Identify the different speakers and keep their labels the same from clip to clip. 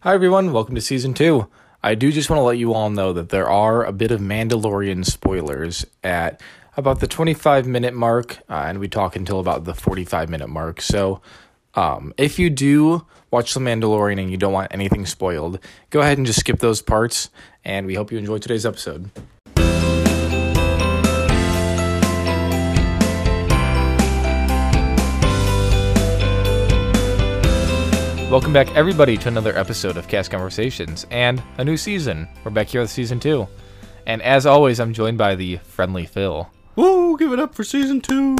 Speaker 1: Hi, everyone. Welcome to season two. I do just want to let you all know that there are a bit of Mandalorian spoilers at about the 25 minute mark, uh, and we talk until about the 45 minute mark. So, um, if you do watch The Mandalorian and you don't want anything spoiled, go ahead and just skip those parts, and we hope you enjoy today's episode. Welcome back, everybody, to another episode of Cast Conversations and a new season. We're back here with season two. And as always, I'm joined by the friendly Phil.
Speaker 2: Woo, give it up for season two.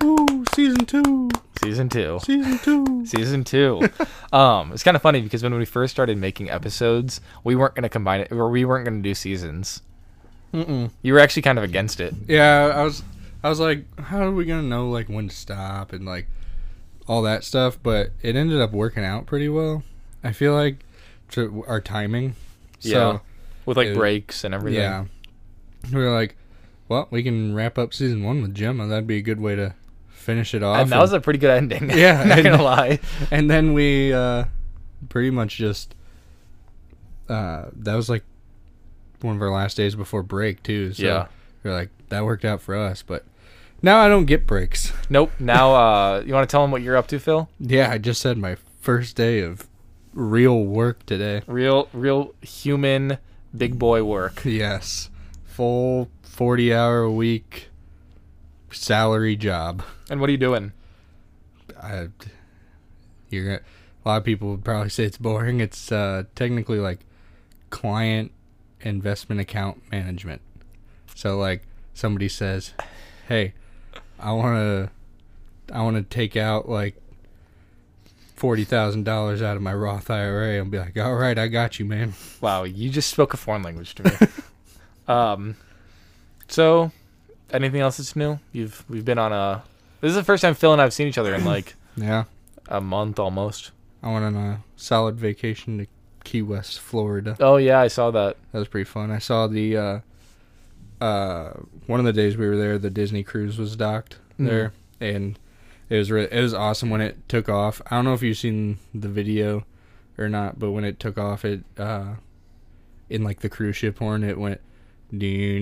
Speaker 2: Woo, season two.
Speaker 1: Season two.
Speaker 2: Season two.
Speaker 1: season two. um, it's kind of funny because when we first started making episodes, we weren't going to combine it, or we weren't going to do seasons. Mm-mm. You were actually kind of against it.
Speaker 2: yeah, I was I was like, how are we gonna know like when to stop and like all that stuff? But it ended up working out pretty well. I feel like to our timing.
Speaker 1: Yeah.
Speaker 2: So
Speaker 1: With like
Speaker 2: It-
Speaker 1: breaks and everything.
Speaker 2: yeah. We were like, Well, we can wrap up season one with Gemma. That'd be a good way to finish it off.
Speaker 1: And that was a pretty good ending.
Speaker 2: Yeah,
Speaker 1: Not
Speaker 2: and-
Speaker 1: going to lie.
Speaker 2: and then we uh pretty much just uh that was like one of our last days before break too so
Speaker 1: Yeah.
Speaker 2: we're like that worked out for us but now i don't get breaks
Speaker 1: Nope. Now, uh, you want to tell them what you're up to, Phil?
Speaker 2: yeah i just said my first day of real work today
Speaker 1: Real, real human big boy work.
Speaker 2: yes full 40 hour a week salary job
Speaker 1: And what are you doing?
Speaker 2: I, you're gonna, a lot of people would probably say it's boring. It's uh, technically like client investment account management. So like somebody says, "Hey, I want to, I want to take out like forty thousand dollars out of my Roth IRA," and be like, "All right, I got you, man."
Speaker 1: Wow, you just spoke a foreign language to me. um, so, anything else that's new? You've we've been on a. This is the first time Phil and I've seen each other in like
Speaker 2: Yeah,
Speaker 1: a month almost.
Speaker 2: I went on a solid vacation to Key West, Florida.
Speaker 1: Oh yeah, I saw that.
Speaker 2: That was pretty fun. I saw the uh, uh, one of the days we were there, the Disney cruise was docked
Speaker 1: Mm.
Speaker 2: there, and it was re- it was awesome when it took off. I don't know if you've seen the video or not, but when it took off, it uh, in like the cruise ship horn, it went. Oh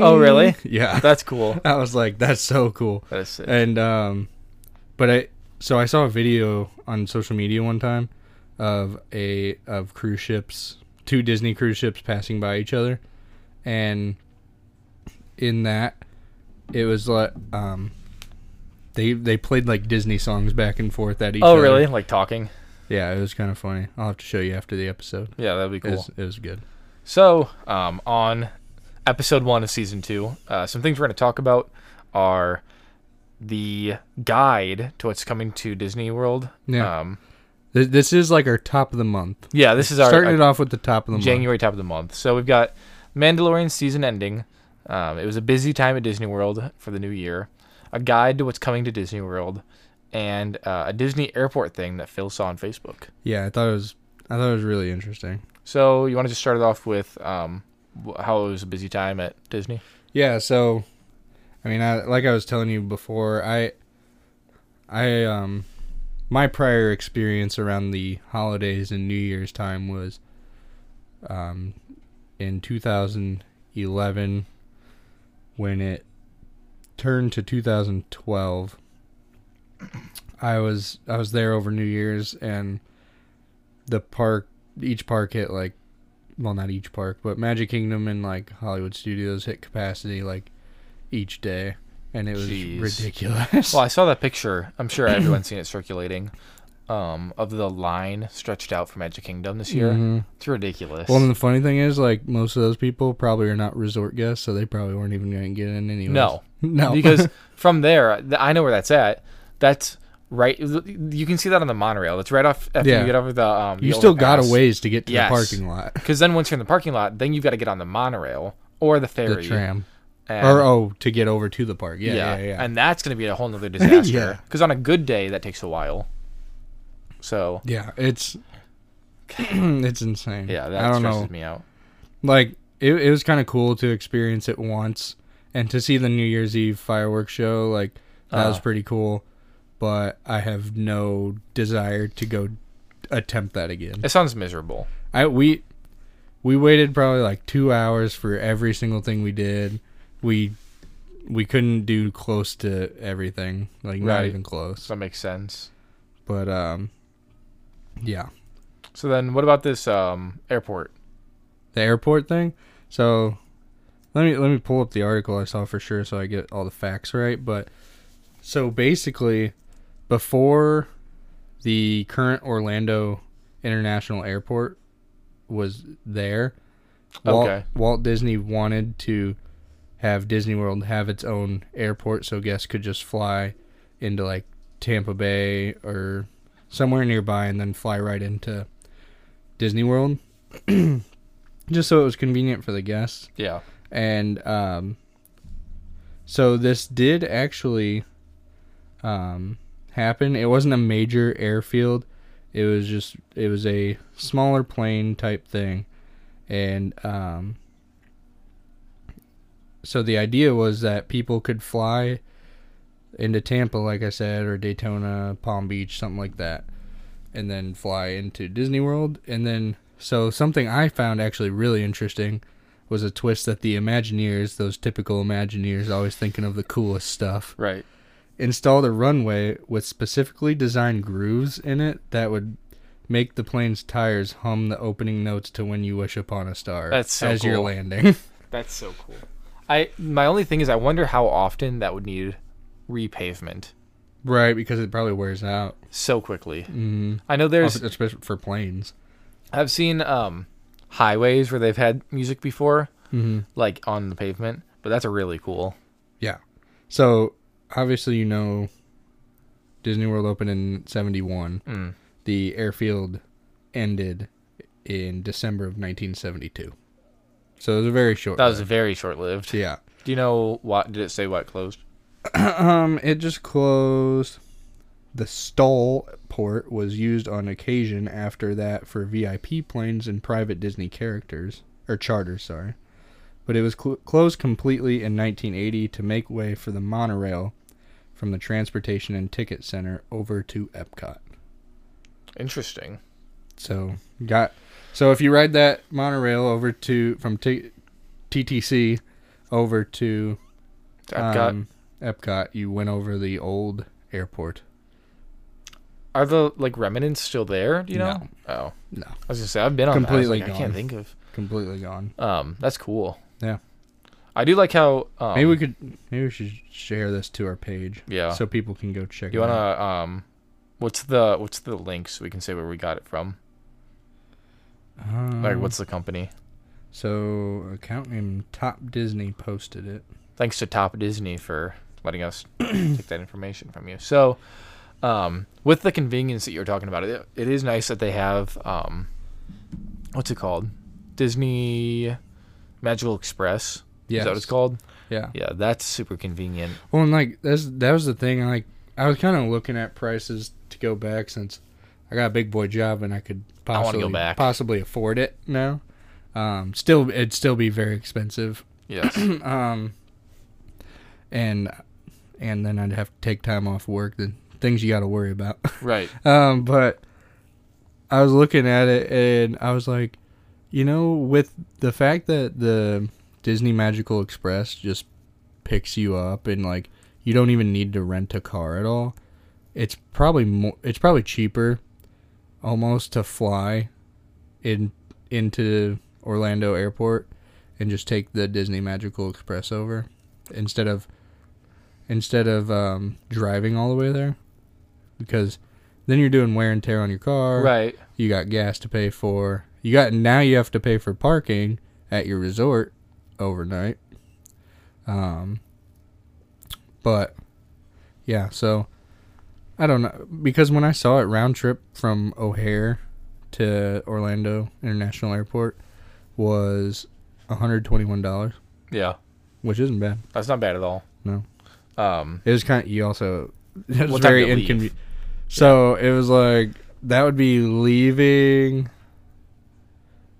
Speaker 1: Oh, really?
Speaker 2: Yeah,
Speaker 1: That's cool.
Speaker 2: I was like, that's so cool.
Speaker 1: That is sick.
Speaker 2: And um, but I so I saw a video on social media one time of a of cruise ships, two Disney cruise ships passing by each other, and in that it was like um, they they played like Disney songs back and forth at each.
Speaker 1: Oh
Speaker 2: other.
Speaker 1: really? Like talking?
Speaker 2: Yeah, it was kind of funny. I'll have to show you after the episode.
Speaker 1: Yeah, that'd be
Speaker 2: It,
Speaker 1: cool.
Speaker 2: was, it was good.
Speaker 1: So, um, on episode one of season two, uh, some things we're going to talk about are the guide to what's coming to Disney World.
Speaker 2: Yeah.
Speaker 1: Um,
Speaker 2: Th- This is like our top of the month.
Speaker 1: yeah. This is our
Speaker 2: Starting
Speaker 1: our-
Speaker 2: it off with the top of the month.
Speaker 1: January top of the month. So we've got Mandalorian season ending. Um, it was a busy time at Disney World for the new year. A guide to what's coming to Disney World, and uh, a Disney airport thing that Phil saw on Facebook.
Speaker 2: Yeah, I thought it was I thought it was really interesting.
Speaker 1: So you want to just start it off with um, wh- how it was a busy time at Disney?
Speaker 2: Yeah, so I mean, I, like I was telling you before, I I um my prior experience around the holidays and New Year's time was um in 2011 when it turned to 2012. I was I was there over New Year's and the park each park hit like well not each park but magic kingdom and like hollywood studios hit capacity like each day and it was
Speaker 1: Jeez.
Speaker 2: ridiculous
Speaker 1: Well, I saw that picture. I'm sure everyone's seen it circulating. Um, of the line stretched out for Magic Kingdom this year,
Speaker 2: Mhm.
Speaker 1: it's ridiculous.
Speaker 2: Well, and the funny thing is, like most of those people probably are not resort guests, so they probably weren't even going to get in anyway.
Speaker 1: No.
Speaker 2: no,
Speaker 1: because from there, th- I know where that's at. That's right. You can see that on the monorail. That's right off after
Speaker 2: Yeah.
Speaker 1: you get over the. Um,
Speaker 2: you still got a ways to get to
Speaker 1: Yes.
Speaker 2: the parking lot,
Speaker 1: Because then once you're in the parking lot, then you've got to get on the monorail or the ferry.
Speaker 2: the tram,
Speaker 1: And,
Speaker 2: or oh, to get over to the park. Yeah, yeah, yeah.
Speaker 1: And that's going to be a whole nother disaster.
Speaker 2: Yeah.
Speaker 1: Because on a good day, that takes a while. So
Speaker 2: Yeah, it's it's insane.
Speaker 1: yeah,
Speaker 2: I
Speaker 1: that
Speaker 2: don't
Speaker 1: stresses
Speaker 2: know.
Speaker 1: me out.
Speaker 2: Like it, it was kind of cool to experience it once and to see the New Year's Eve fireworks show. Like that was
Speaker 1: Uh.
Speaker 2: pretty cool, but I have no desire to go attempt that again.
Speaker 1: It sounds miserable.
Speaker 2: I we we waited probably like two hours for every single thing we did. We we couldn't do close to everything, like not
Speaker 1: Right.
Speaker 2: even close.
Speaker 1: So that makes sense.
Speaker 2: But um, yeah,
Speaker 1: So then, what about this um, airport?
Speaker 2: the airport thing. So let me let me pull up the article I saw for sure, so I get all the facts right. But so basically, before the current Orlando International Airport was there, Walt,
Speaker 1: Okay.
Speaker 2: Walt Disney wanted to have Disney World have its own airport, so guests could just fly into like Tampa Bay or somewhere nearby, and then fly right into Disney World. just so it was convenient for the guests
Speaker 1: Yeah.
Speaker 2: and um, so this did actually um, happen. It wasn't a major airfield; it was just it was a smaller plane type thing, and um, so the idea was that people could fly into Tampa, like I said, or Daytona, Palm Beach, something like that, and then fly into Disney World, and then so something I found actually really interesting was a twist that the Imagineers, those typical Imagineers always thinking of the coolest stuff,
Speaker 1: Right.
Speaker 2: installed a runway with specifically designed grooves in it that would make the plane's tires hum the opening notes to When You Wish Upon a Star
Speaker 1: That's so
Speaker 2: as you're
Speaker 1: cool.
Speaker 2: landing.
Speaker 1: That's so cool. I my only thing is I wonder how often that would need repavement
Speaker 2: right, because it probably wears out.
Speaker 1: so quickly.
Speaker 2: Mm.
Speaker 1: I know there's
Speaker 2: Especially for planes.
Speaker 1: I've seen um highways where they've had music before
Speaker 2: Mm-hmm.
Speaker 1: like on the pavement, but that's a really cool.
Speaker 2: So obviously, you know, Disney World opened in '71.
Speaker 1: Mm.
Speaker 2: The airfield ended in December of 1972. So it was a very short.
Speaker 1: That was
Speaker 2: run.
Speaker 1: very short-lived.
Speaker 2: yeah.
Speaker 1: Do you know what did it say what closed?
Speaker 2: um, it just closed. The stall port was used on occasion after that for VIP planes and private Disney characters or charters, sorry. But it was cl- closed completely in 1980 to make way for the monorail from the Transportation and Ticket Center over to Epcot.
Speaker 1: Interesting.
Speaker 2: So got so if you ride that monorail over to from T- TTC over to
Speaker 1: Epcot.
Speaker 2: um, Epcot, you went over the old airport.
Speaker 1: Are the like remnants still there? Do you know?
Speaker 2: No.
Speaker 1: Oh,
Speaker 2: No.
Speaker 1: I was gonna say I've been on. that. I was
Speaker 2: Completely
Speaker 1: like, I can't
Speaker 2: gone.
Speaker 1: think of.
Speaker 2: completely gone.
Speaker 1: Um, that's cool.
Speaker 2: Yeah.
Speaker 1: I do like how. Um,
Speaker 2: Maybe we could maybe we should share this to our page
Speaker 1: Yeah.
Speaker 2: so people can go check
Speaker 1: you
Speaker 2: it
Speaker 1: wanna
Speaker 2: out.
Speaker 1: um, what's the what's the link so we can say where we got it from?
Speaker 2: Um,
Speaker 1: Like, what's the company?
Speaker 2: so account named Top Disney posted it.
Speaker 1: Thanks to Top Disney for letting us take that information from you. So, um, with the convenience that you were talking about, it it is nice that they have um, what's it called? Disney Magical Express. Is that what it's
Speaker 2: Yes.
Speaker 1: called?
Speaker 2: Yeah.
Speaker 1: Yeah, that's super convenient.
Speaker 2: Well, and like that's that was the thing. Like I was kind of looking at prices to go back since I got a big boy job and I could
Speaker 1: wanna go
Speaker 2: possibly
Speaker 1: back.
Speaker 2: possibly afford it now. Um, still, it'd still be very expensive.
Speaker 1: Yes.
Speaker 2: um, and and then I'd have to take time off work. The things you got to worry about.
Speaker 1: right.
Speaker 2: um, but I was looking at it and I was like, you know, with the fact that the Disney Magical Express just picks you up and like you don't even need to rent a car at all, it's probably more, it's probably cheaper, almost to fly in into Orlando Airport and just take the Disney Magical Express over instead of instead of um, driving all the way there because then you're doing wear and tear on your car
Speaker 1: Right.
Speaker 2: you got gas to pay for you got now you have to pay for parking at your resort overnight um but yeah so i don't know because when i saw it round trip from o'hare to orlando international airport was $121
Speaker 1: Yeah.
Speaker 2: which isn't bad
Speaker 1: That's not bad at all.
Speaker 2: No.
Speaker 1: Um,
Speaker 2: It was kind of you also. It
Speaker 1: What
Speaker 2: was
Speaker 1: time
Speaker 2: very
Speaker 1: do you leave?
Speaker 2: inconvenient. So it was like that would be leaving,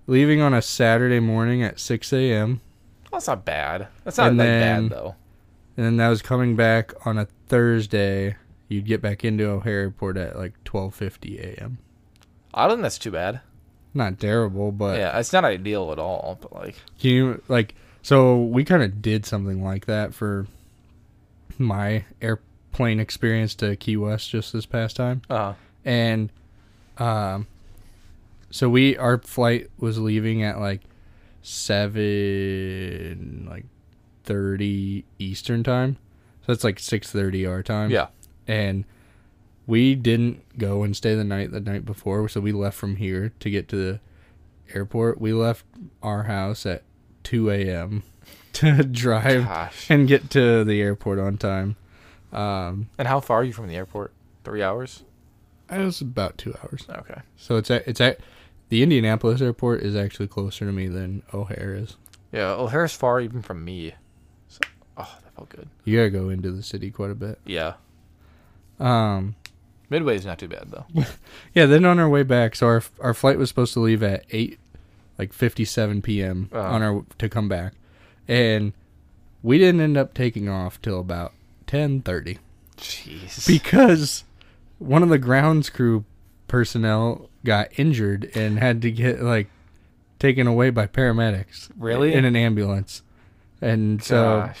Speaker 2: leaving on a Saturday morning at six a.m.
Speaker 1: that's not bad. That's not
Speaker 2: And
Speaker 1: like
Speaker 2: then-
Speaker 1: bad though.
Speaker 2: and then that was coming back on a Thursday. You'd get back into O'Hare Airport at like twelve fifty a.m.
Speaker 1: I don't think that's too bad.
Speaker 2: Not terrible, but
Speaker 1: yeah, it's not ideal at all, but like
Speaker 2: Can you like so we kind of did something like that for my airplane experience to Key West just this past time,
Speaker 1: uh
Speaker 2: and um, so we our flight was leaving at like seven like thirty Eastern time, so that's like six thirty our time.
Speaker 1: yeah.
Speaker 2: and we didn't go and stay the night the night before, so we left from here to get to the airport. We left our house at 2 a.m. to drive
Speaker 1: Gosh.
Speaker 2: and get to the airport on time. Um,
Speaker 1: And how far are you from the airport? 3 hours?
Speaker 2: it was about two hours.
Speaker 1: Okay.
Speaker 2: So it's at, it's at the Indianapolis airport is actually closer to me than O'Hare is.
Speaker 1: Yeah, O'Hare's far even from me. So, oh, that felt good.
Speaker 2: You gotta go into the city quite a bit.
Speaker 1: Yeah.
Speaker 2: Um,
Speaker 1: Midway's not too bad though.
Speaker 2: yeah. Then on our way back, so our our flight was supposed to leave at eight, like fifty seven p.m.
Speaker 1: Uh-huh.
Speaker 2: on our to come back, and we didn't end up taking off till about ten thirty
Speaker 1: Jeez.
Speaker 2: because one of the grounds crew personnel got injured and had to get like taken away by paramedics
Speaker 1: Really?
Speaker 2: in an ambulance, and so
Speaker 1: Gosh.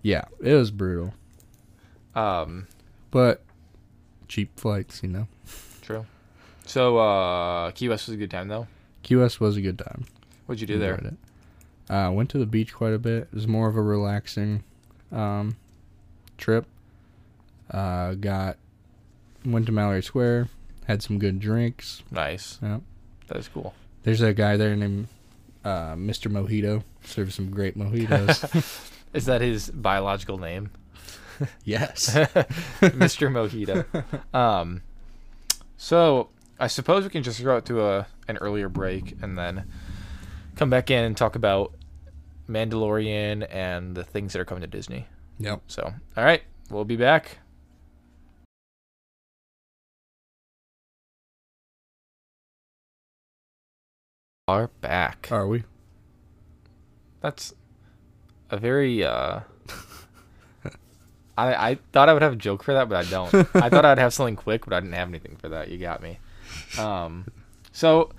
Speaker 2: yeah, it was brutal,
Speaker 1: Um
Speaker 2: but cheap flights, you know.
Speaker 1: true. So uh Key West was a good time though.
Speaker 2: QS was a good time.
Speaker 1: What'd you do there?
Speaker 2: Enjoyed it. Uh, went to the beach quite a bit. It was more of a relaxing um, trip. Uh, got went to Mallory Square. Had some good drinks.
Speaker 1: Nice.
Speaker 2: Yeah.
Speaker 1: That is cool.
Speaker 2: There's a guy there named uh, Mr. Mojito. Serves some great mojitos.
Speaker 1: Is that his biological name?
Speaker 2: yes.
Speaker 1: Mr. Mojito. Um, so I suppose we can just go out to a an earlier break and then come back in and talk about Mandalorian and the things that are coming to Disney.
Speaker 2: Yep.
Speaker 1: So, all right, we'll be back. Are back.
Speaker 2: Are we?
Speaker 1: That's a very. Uh, I I thought I would have a joke for that, but I don't. I thought I'd have something quick, but I didn't have anything for that. You got me. Um, so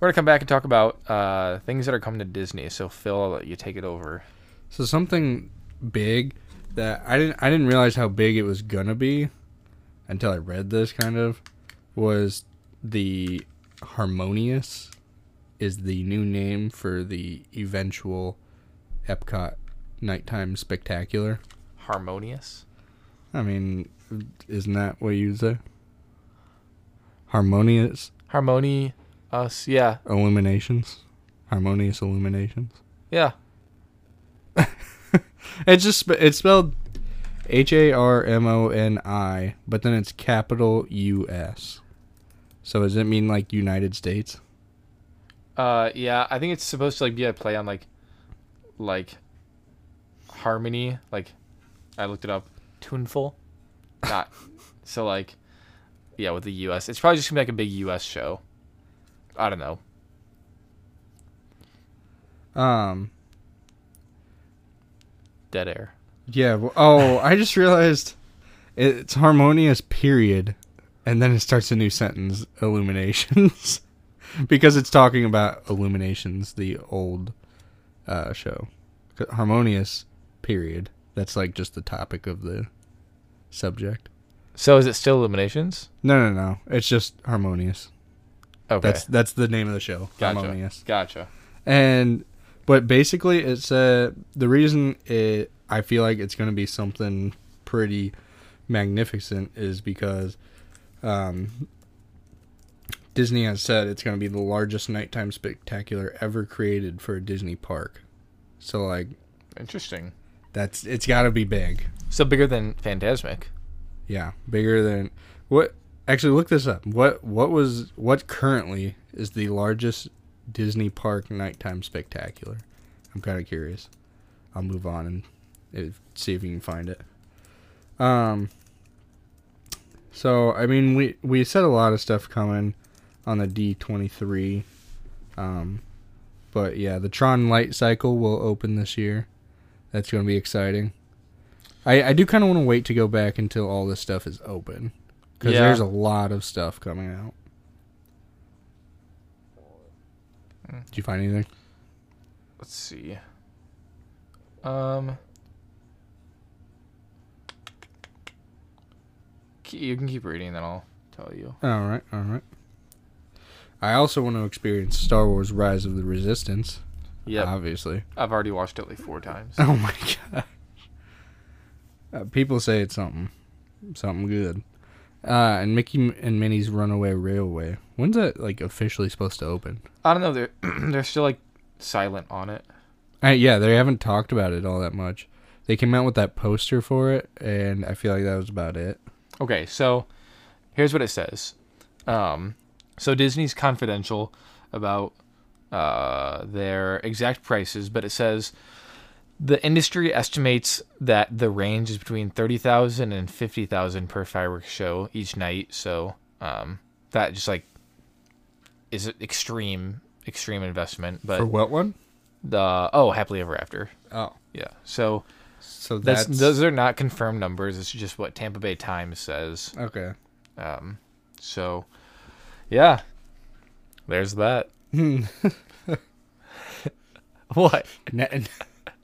Speaker 1: we're gonna come back and talk about uh, things that are coming to Disney. So Phil, I'll let you take it over.
Speaker 2: So something big that I didn't I didn't realize how big it was gonna be until I read this kind of was the harmonious is the new name for the eventual Epcot nighttime spectacular.
Speaker 1: Harmonious.
Speaker 2: I mean, isn't that what you say? Harmonious
Speaker 1: Harmony. Us. Yeah.
Speaker 2: illuminations, harmonious illuminations.
Speaker 1: Yeah.
Speaker 2: It's just sp- it's spelled H A R M O N I, but then it's capital U S. So does it mean like United States?
Speaker 1: Uh. Yeah. I think it's supposed to like be a play on like, like, harmony. Like, I looked it up. Tuneful. Not. so like, yeah. With the U.S., it's probably just gonna be like a big U.S. show. I don't know.
Speaker 2: Um.
Speaker 1: Dead air.
Speaker 2: Yeah. w oh, I just realized it's harmonious. Period, and then it starts a new sentence. Illuminations, because it's talking about Illuminations, the old uh, show. C- Harmonious. Period. That's like just the topic of the subject.
Speaker 1: So is it still Illuminations?
Speaker 2: No, no, no. It's just harmonious.
Speaker 1: Okay.
Speaker 2: That's that's the name of the show.
Speaker 1: gotcha.
Speaker 2: Harmonious.
Speaker 1: Gotcha.
Speaker 2: And but basically, it's uh the reason it I feel like it's gonna be something pretty magnificent is because um Disney has said it's gonna be the largest nighttime spectacular ever created for a Disney park. So like
Speaker 1: Interesting.
Speaker 2: that's it's got to be big.
Speaker 1: So bigger than Fantasmic.
Speaker 2: Yeah, bigger than what? Actually, look this up. What what was what currently is the largest Disney park nighttime spectacular? I'm kind of curious. I'll move on and if, see if you can find it. Um. So I mean, we we said a lot of stuff coming on the D23, um, but yeah, the Tron Light Cycle will open this year. That's going to be exciting. I, I do kind of want to wait to go back until all this stuff is open because
Speaker 1: Yeah.
Speaker 2: there's a lot of stuff coming out. Did you find anything?
Speaker 1: Let's see. Um, ke- you can keep reading, then I'll tell you.
Speaker 2: All right, all right. I also want to experience Star Wars: Rise of the Resistance. Uh-huh.
Speaker 1: Yeah,
Speaker 2: obviously.
Speaker 1: I've already watched it like four times.
Speaker 2: Oh my god. Uh, people say it's something, something good. Uh, and Mickey M- and Minnie's Runaway Railway. When's that like officially supposed to open?
Speaker 1: I don't know. They're they're still like silent on it.
Speaker 2: Uh, yeah, they haven't talked about it all that much. They came out with that poster for it, and I feel like that was about it.
Speaker 1: Okay, so here's what it says. Um, so Disney's confidential about uh, their exact prices, but it says the industry estimates that the range is between thirty thousand and fifty thousand per fireworks show each night. So um, that just like is an extreme extreme investment, but
Speaker 2: for what one?
Speaker 1: the oh happily ever after.
Speaker 2: Oh,
Speaker 1: Yeah, so
Speaker 2: so
Speaker 1: that's,
Speaker 2: that's,
Speaker 1: those are not confirmed numbers. It's just what Tampa Bay Times says.
Speaker 2: okay.
Speaker 1: Um, so, yeah, there's that. what?
Speaker 2: N-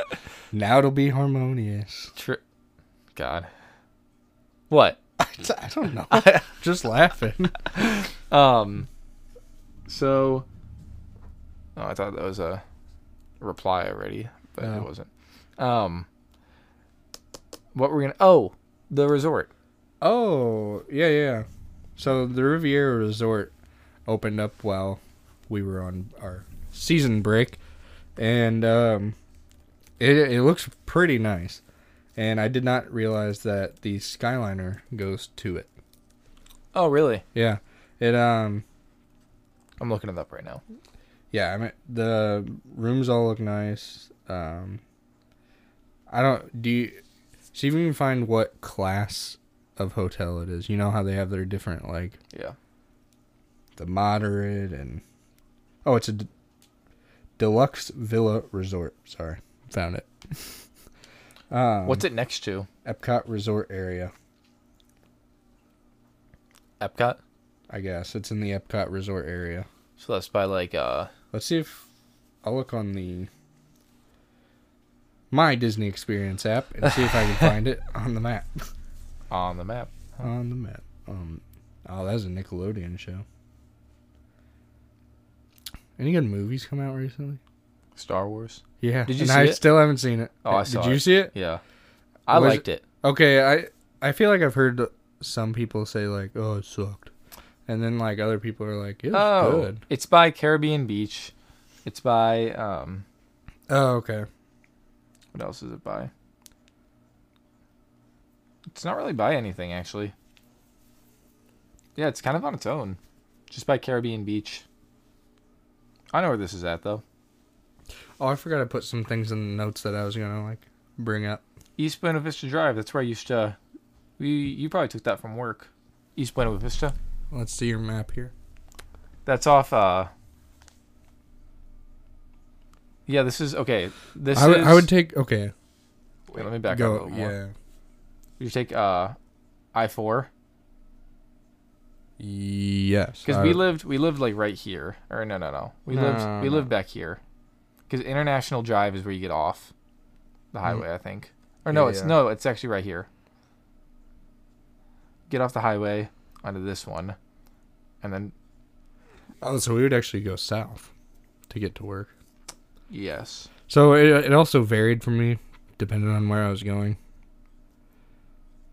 Speaker 2: now it'll be harmonious.
Speaker 1: Tri- God. What?
Speaker 2: I don't know. Just laughing.
Speaker 1: Um. So. Oh, I thought that was a reply already, but
Speaker 2: No.
Speaker 1: it wasn't. Um. What we're gonna? Oh, the resort.
Speaker 2: Oh, yeah, yeah. So the Riviera Resort opened up while we were on our season break, and um, it it looks pretty nice. And I did not realize that the Skyliner goes to it.
Speaker 1: Oh, really?
Speaker 2: Yeah, it um,
Speaker 1: I'm looking it up right now.
Speaker 2: yeah. I mean, the rooms all look nice. Um, I don't do. You, see if you can find what class of hotel it is. You know how they have their different like
Speaker 1: Yeah.
Speaker 2: the moderate and oh it's a d- deluxe villa resort sorry found it um,
Speaker 1: What's it next to?
Speaker 2: epcot resort area
Speaker 1: Epcot.
Speaker 2: i guess it's in the epcot resort area
Speaker 1: So that's by like uh.
Speaker 2: let's see if i'll look on the my disney experience app and see if i can find it on the map
Speaker 1: on the map.
Speaker 2: on the map um oh that's a nickelodeon show any good movies come out recently
Speaker 1: Star Wars.
Speaker 2: yeah
Speaker 1: Did you
Speaker 2: and
Speaker 1: see
Speaker 2: i
Speaker 1: it?
Speaker 2: still haven't seen it
Speaker 1: Oh, I
Speaker 2: did
Speaker 1: saw
Speaker 2: you
Speaker 1: it.
Speaker 2: see it
Speaker 1: Yeah. I
Speaker 2: Was
Speaker 1: liked it.
Speaker 2: Okay, I I feel like I've heard some people say like, "Oh, it sucked," and then like other people are like, "It's
Speaker 1: Oh,
Speaker 2: good."
Speaker 1: it's by Caribbean Beach. It's by um
Speaker 2: Oh, okay.
Speaker 1: what else is it by? It's not really by anything actually. Yeah, it's kind of on its own. Just by Caribbean Beach. I know where this is at though.
Speaker 2: Oh, I forgot I put some things in the notes that I was gonna like bring up.
Speaker 1: East Buena Vista Drive. That's where I used to we you probably took that from work. East Buena Vista.
Speaker 2: Let's see your map here.
Speaker 1: That's off uh Yeah, this is okay. This
Speaker 2: I would-
Speaker 1: is
Speaker 2: I would take okay.
Speaker 1: Wait, let me back up a
Speaker 2: go.
Speaker 1: little more.
Speaker 2: Yeah.
Speaker 1: You take uh, I four
Speaker 2: Yes.
Speaker 1: because
Speaker 2: I-
Speaker 1: we lived we lived like right here or no no no we
Speaker 2: No,
Speaker 1: lived we
Speaker 2: no.
Speaker 1: lived back here because International Drive is where you get off the highway I think or no
Speaker 2: Mm. Yeah,
Speaker 1: it's
Speaker 2: yeah.
Speaker 1: no it's actually right here. Get off the highway onto this one, and then
Speaker 2: Oh, so we would actually go south to get to work.
Speaker 1: yes
Speaker 2: So it it also varied for me depending on where I was going.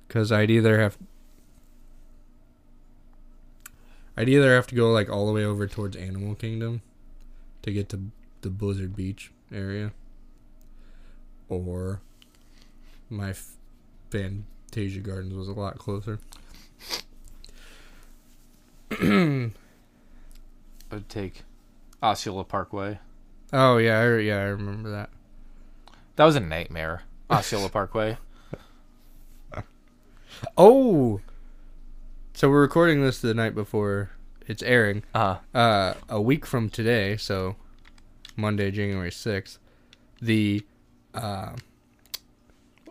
Speaker 2: Cause I'd either have I'd either have to go like all the way over towards Animal Kingdom to get to the Blizzard Beach area. Or my f- Fantasia Gardens was a lot closer.
Speaker 1: I would take Osceola Parkway.
Speaker 2: Oh yeah, I, re- yeah, I remember that.
Speaker 1: That was a nightmare. Osceola Parkway.
Speaker 2: Oh, so we're recording this the night before it's airing.
Speaker 1: Uh
Speaker 2: uh, a week from today, so Monday, January sixth, the uh,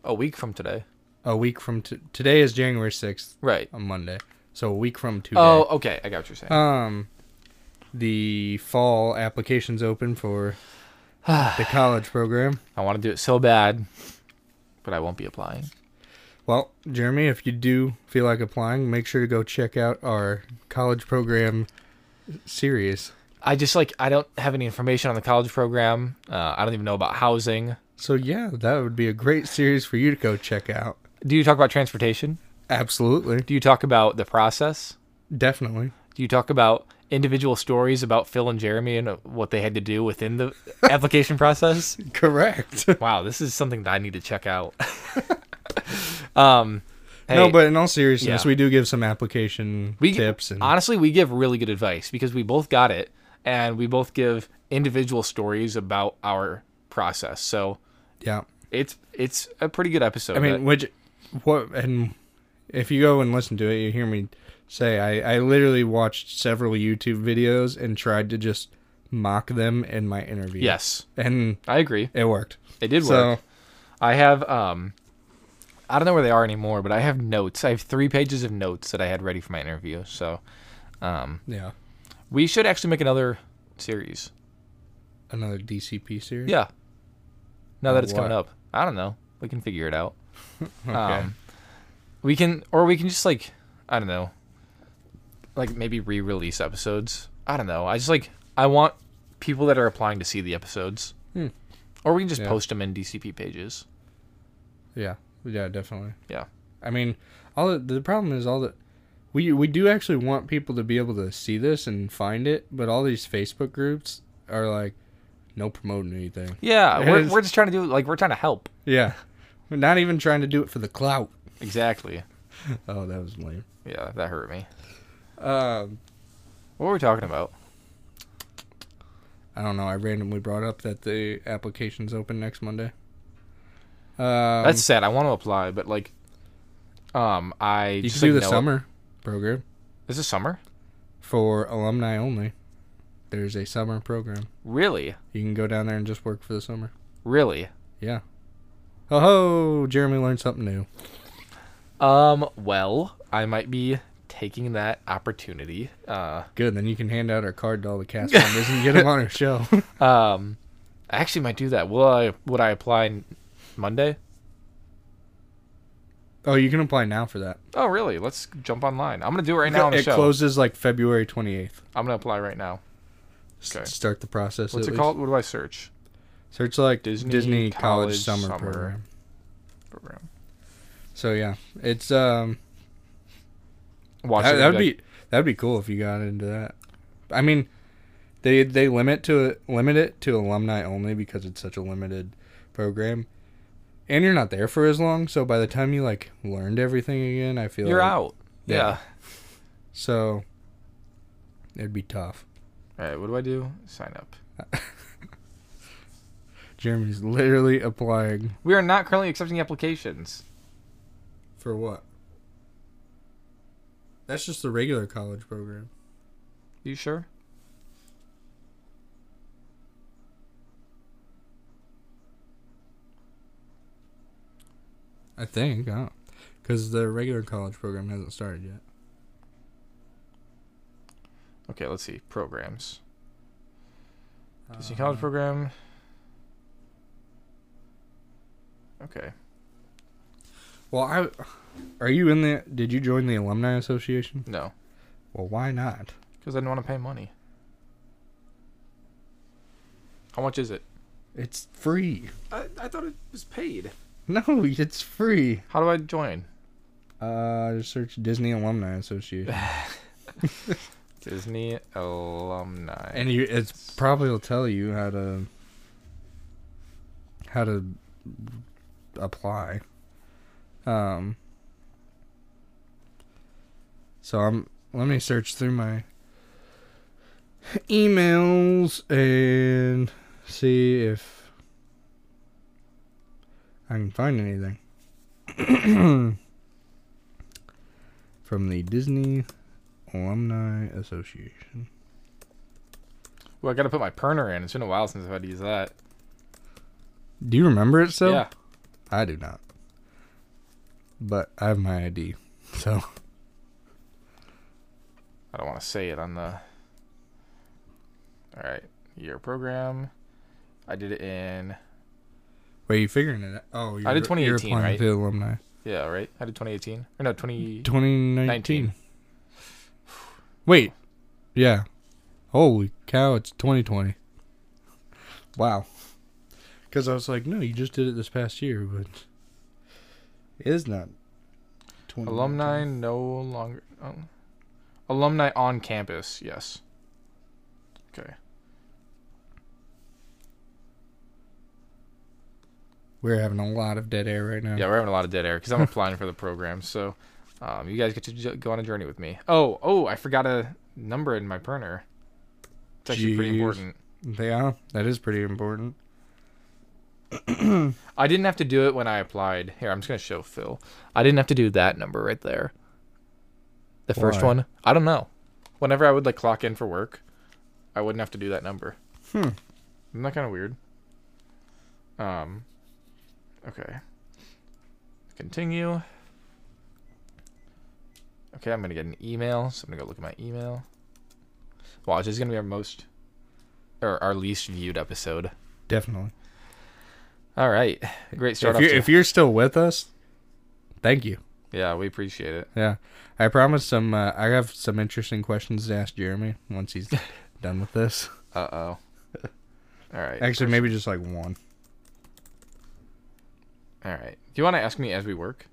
Speaker 1: a week from today.
Speaker 2: a week from t- today is January sixth,
Speaker 1: Right.
Speaker 2: a Monday, so a week from today.
Speaker 1: Oh, okay. I got what you're saying.
Speaker 2: um, the fall applications open for the college program.
Speaker 1: I want to do it so bad, but I won't be applying.
Speaker 2: Well, Jeremy, if you do feel like applying, make sure to go check out our college program series.
Speaker 1: I just like I don't have any information on the college program. Uh, I don't even know about housing.
Speaker 2: So yeah, that would be a great series for you to go check out.
Speaker 1: Do you talk about transportation?
Speaker 2: Absolutely.
Speaker 1: Do you talk about the process?
Speaker 2: Definitely.
Speaker 1: Do you talk about individual stories about Phil and Jeremy and uh, what they had to do within the application process?
Speaker 2: Correct.
Speaker 1: Wow, this is something that I need to check out. um,
Speaker 2: no,
Speaker 1: hey,
Speaker 2: but in all seriousness,
Speaker 1: yeah.
Speaker 2: we do give some application
Speaker 1: we gi-
Speaker 2: tips and
Speaker 1: honestly we give really good advice because we both got it and we both give individual stories about our process. So
Speaker 2: yeah.
Speaker 1: it's it's a pretty good episode.
Speaker 2: I
Speaker 1: that-
Speaker 2: mean, which what and if you go and listen to it, you hear me say I I literally watched several YouTube videos and tried to just mock them in my interview.
Speaker 1: yes,
Speaker 2: and
Speaker 1: I agree.
Speaker 2: it worked.
Speaker 1: It did work.
Speaker 2: so
Speaker 1: I have um I don't know where they are anymore, but I have notes. I have three pages of notes that I had ready for my interview. So um
Speaker 2: yeah,
Speaker 1: we should actually make another series.
Speaker 2: another DCP series.
Speaker 1: Yeah. Now that it's coming
Speaker 2: What?
Speaker 1: up. I don't know. We can figure it out.
Speaker 2: Okay.
Speaker 1: Um we can or we can just like I don't know. Like maybe re release episodes. I don't know. I just like I want people that are applying to see the episodes.
Speaker 2: Hmm.
Speaker 1: Or we can just
Speaker 2: Yeah.
Speaker 1: post them in DCP pages.
Speaker 2: yeah, yeah, definitely.
Speaker 1: Yeah.
Speaker 2: I mean, all the, the problem is all that we we do actually want people to be able to see this and find it, but all these Facebook groups are like no promoting anything.
Speaker 1: Yeah,
Speaker 2: It
Speaker 1: we're,
Speaker 2: is-
Speaker 1: we're just trying to do like we're trying to help.
Speaker 2: Yeah, we're not even trying to do it for the clout.
Speaker 1: Exactly.
Speaker 2: Oh, that was lame.
Speaker 1: Yeah, that hurt me.
Speaker 2: Um,
Speaker 1: What were we talking about?
Speaker 2: I don't know. I randomly brought up that the applications open next Monday. Um,
Speaker 1: That's sad. I want to apply, but like, um, I
Speaker 2: you
Speaker 1: just
Speaker 2: can do
Speaker 1: like,
Speaker 2: the
Speaker 1: know-
Speaker 2: summer program
Speaker 1: Is this summer?
Speaker 2: for alumni only. There's a summer program.
Speaker 1: Really,
Speaker 2: You can go down there and just work for the summer.
Speaker 1: really.
Speaker 2: Yeah. Oh ho! Jeremy learned something new.
Speaker 1: Um, well, I might be taking that opportunity. Uh,
Speaker 2: Good. Then you can hand out our card to all the cast members and get them on our show.
Speaker 1: um, I actually might do that. Will I? Would I apply n- Monday?
Speaker 2: oh, you can apply now for that.
Speaker 1: Oh, really? Let's jump online. I'm gonna do it right now on the
Speaker 2: it
Speaker 1: show.
Speaker 2: closes like February 28th.
Speaker 1: I'm gonna apply right now. Okay.
Speaker 2: S- Start the process.
Speaker 1: What's
Speaker 2: at
Speaker 1: it
Speaker 2: least.
Speaker 1: called? What do I search?
Speaker 2: Search like
Speaker 1: Disney
Speaker 2: Disney, College,
Speaker 1: College
Speaker 2: Summer,
Speaker 1: Summer.
Speaker 2: Program.
Speaker 1: Program.
Speaker 2: So yeah, it's um
Speaker 1: Watch
Speaker 2: that,
Speaker 1: it.
Speaker 2: that'd
Speaker 1: like-
Speaker 2: be that'd be cool if you got into that. I mean, they they limit to limit it to alumni only because it's such a limited program, and you're not there for as long. So by the time you like learned everything again, I feel
Speaker 1: You're
Speaker 2: like-
Speaker 1: out.
Speaker 2: Yeah.
Speaker 1: yeah.
Speaker 2: So it'd be tough.
Speaker 1: All right. What do I do? Sign up.
Speaker 2: Jeremy's literally applying
Speaker 1: We are not currently accepting applications.
Speaker 2: for what? That's just the regular college program.
Speaker 1: You sure?
Speaker 2: I think, I because the regular college program hasn't started yet.
Speaker 1: Okay, let's see. Programs. Disney College Program. Okay.
Speaker 2: Well, I are you in the? Did you join the alumni association?
Speaker 1: No,
Speaker 2: Well, why not?
Speaker 1: because I didn't want to pay money. How much is it?
Speaker 2: It's free.
Speaker 1: I, I thought it was paid.
Speaker 2: No, it's free.
Speaker 1: How do I join?
Speaker 2: Uh, just search Disney Alumni Association,
Speaker 1: Disney alumni.
Speaker 2: and you it's probably will tell you how to how to apply. Um. So I'm. Let me search through my emails and see if I can find anything from the Disney Alumni Association.
Speaker 1: well, I gotta put my perner in. It's been a while since I've had to use that.
Speaker 2: Do you remember it still?
Speaker 1: yeah.
Speaker 2: I do not. But I have my ID. So
Speaker 1: I don't want to say it on the All right, year program. I did it in
Speaker 2: Wait, you figuring it out? Oh, you're,
Speaker 1: I did 2018,
Speaker 2: you're applying
Speaker 1: right?
Speaker 2: to alumni.
Speaker 1: yeah, right. I did 2018 or no 20.
Speaker 2: 2019.
Speaker 1: 19.
Speaker 2: Wait. Yeah. Holy cow, it's 2020. Wow. Because I was like, no, you just did it this past year, but it is not. 2019.
Speaker 1: Alumni no longer. Oh. Alumni on campus, yes. Okay.
Speaker 2: We're having a lot of dead air right now.
Speaker 1: Yeah, we're having a lot of dead air because I'm applying for the program. So, um, you guys get to j- go on a journey with me. Oh, oh, I forgot a number in my printer. It's actually pretty
Speaker 2: Jeez.
Speaker 1: important.
Speaker 2: Yeah, that is pretty important.
Speaker 1: I didn't have to do it when I applied. Here, I'm just gonna show Phil. I didn't have to do that number right there. The first
Speaker 2: Why?
Speaker 1: one. I don't know. Whenever I would like clock in for work, I wouldn't have to do that number.
Speaker 2: Hmm.
Speaker 1: Isn't that kind of weird? Um. Okay. Continue. Okay, I'm gonna get an email, so I'm gonna go look at my email. Wow, this is gonna be our most, or our least viewed episode.
Speaker 2: Definitely.
Speaker 1: All right, great start.
Speaker 2: If
Speaker 1: off
Speaker 2: you're,
Speaker 1: to-
Speaker 2: if you're still with us, thank you.
Speaker 1: Yeah, we appreciate it.
Speaker 2: Yeah, I promise some. Uh, I have some interesting questions to ask Jeremy once he's done with this.
Speaker 1: Uh oh. All right.
Speaker 2: Actually, maybe just like one.
Speaker 1: All right. Do you want to ask me as we work?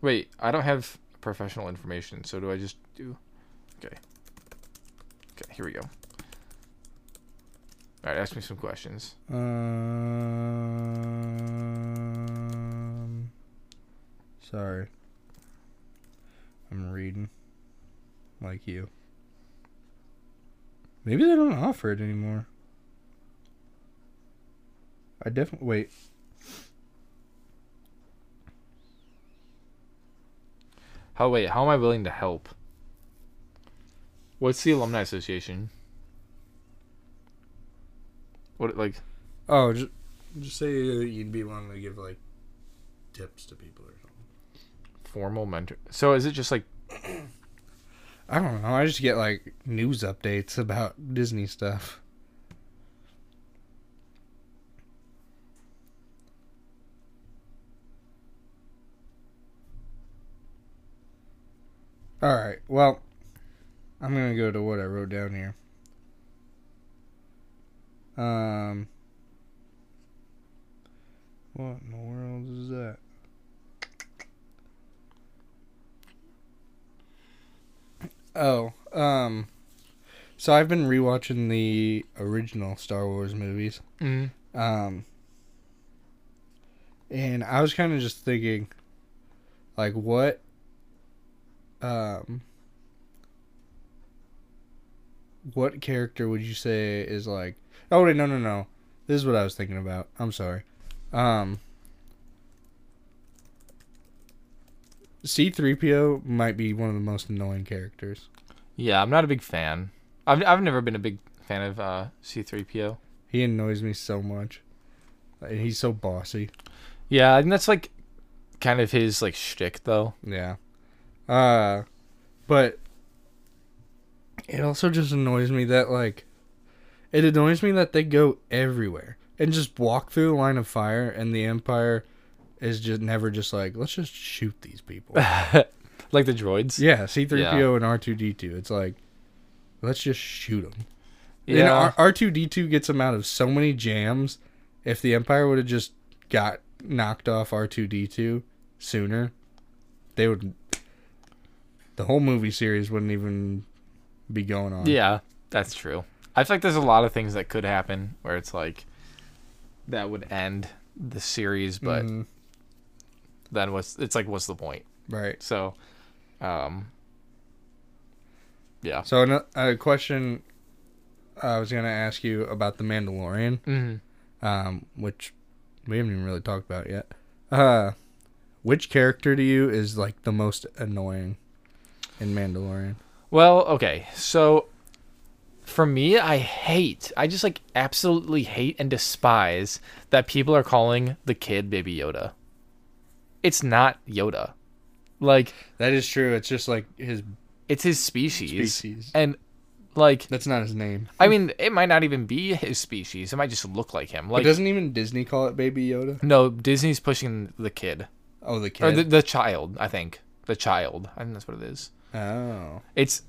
Speaker 1: Wait, I don't have professional information, so do I just do? Okay. Okay. Here we go. All right. Ask me some questions.
Speaker 2: Um, sorry, I'm reading like you. Maybe they don't offer it anymore. I definitely wait.
Speaker 1: How wait? How am I willing to help? What's the alumni association? What like?
Speaker 2: Oh, just just say that you'd be willing to give like tips to people or something.
Speaker 1: Formal mentor. So is it just like
Speaker 2: I don't know. I just get like news updates about Disney stuff. All right. Well, I'm going to go to what I wrote down here. Um What in the world is that? Oh, um, so I've been rewatching the original Star Wars movies,
Speaker 1: mm,
Speaker 2: um, and I was kind of just thinking, like, what, um, what character would you say is like? Oh wait, no, no, no. This is what I was thinking about. I'm sorry. Um, C-3PO might be one of the most annoying characters.
Speaker 1: yeah? I'm not a big fan. I've I've never been a big fan of uh, C3PO.
Speaker 2: He annoys me so much. Like, He's so bossy.
Speaker 1: Yeah, and that's like kind of his like shtick though.
Speaker 2: Yeah. Uh but it also just annoys me that like it annoys me that they go everywhere and just walk through the line of fire and the empire is just never just like let's just shoot these people.
Speaker 1: Like the droids.
Speaker 2: yeah, C3PO and R2D2. It's like let's just shoot them.
Speaker 1: Yeah.
Speaker 2: And R- R2D2 gets him out of so many jams. If the Empire would have just got knocked off R2D2 sooner, they would. The whole movie series wouldn't even be going on.
Speaker 1: yeah, that's true. I feel like there's a lot of things that could happen where it's like that would end the series, but
Speaker 2: Mhm.
Speaker 1: then what's it's like what's the point?
Speaker 2: Right.
Speaker 1: So um Yeah.
Speaker 2: So, ano- a question I was going to ask you about The Mandalorian,
Speaker 1: Mm-hmm.
Speaker 2: um, which we haven't even really talked about yet. Uh, which character to you is like the most annoying in Mandalorian?
Speaker 1: Well, okay. So for me, I hate, I just like absolutely hate and despise that people are calling the kid Baby Yoda. It's not Yoda. Like,
Speaker 2: That is true. It's just like his
Speaker 1: it's his species.
Speaker 2: Species.
Speaker 1: And Like,
Speaker 2: That's not his name.
Speaker 1: I mean, it might not even be his species. It might just look like him.
Speaker 2: But
Speaker 1: Like,
Speaker 2: doesn't even Disney call it Baby Yoda?
Speaker 1: no, Disney's pushing the kid
Speaker 2: Oh, the
Speaker 1: or
Speaker 2: kid.
Speaker 1: the, the child. I think the child. I think that's what it is.
Speaker 2: oh,
Speaker 1: It's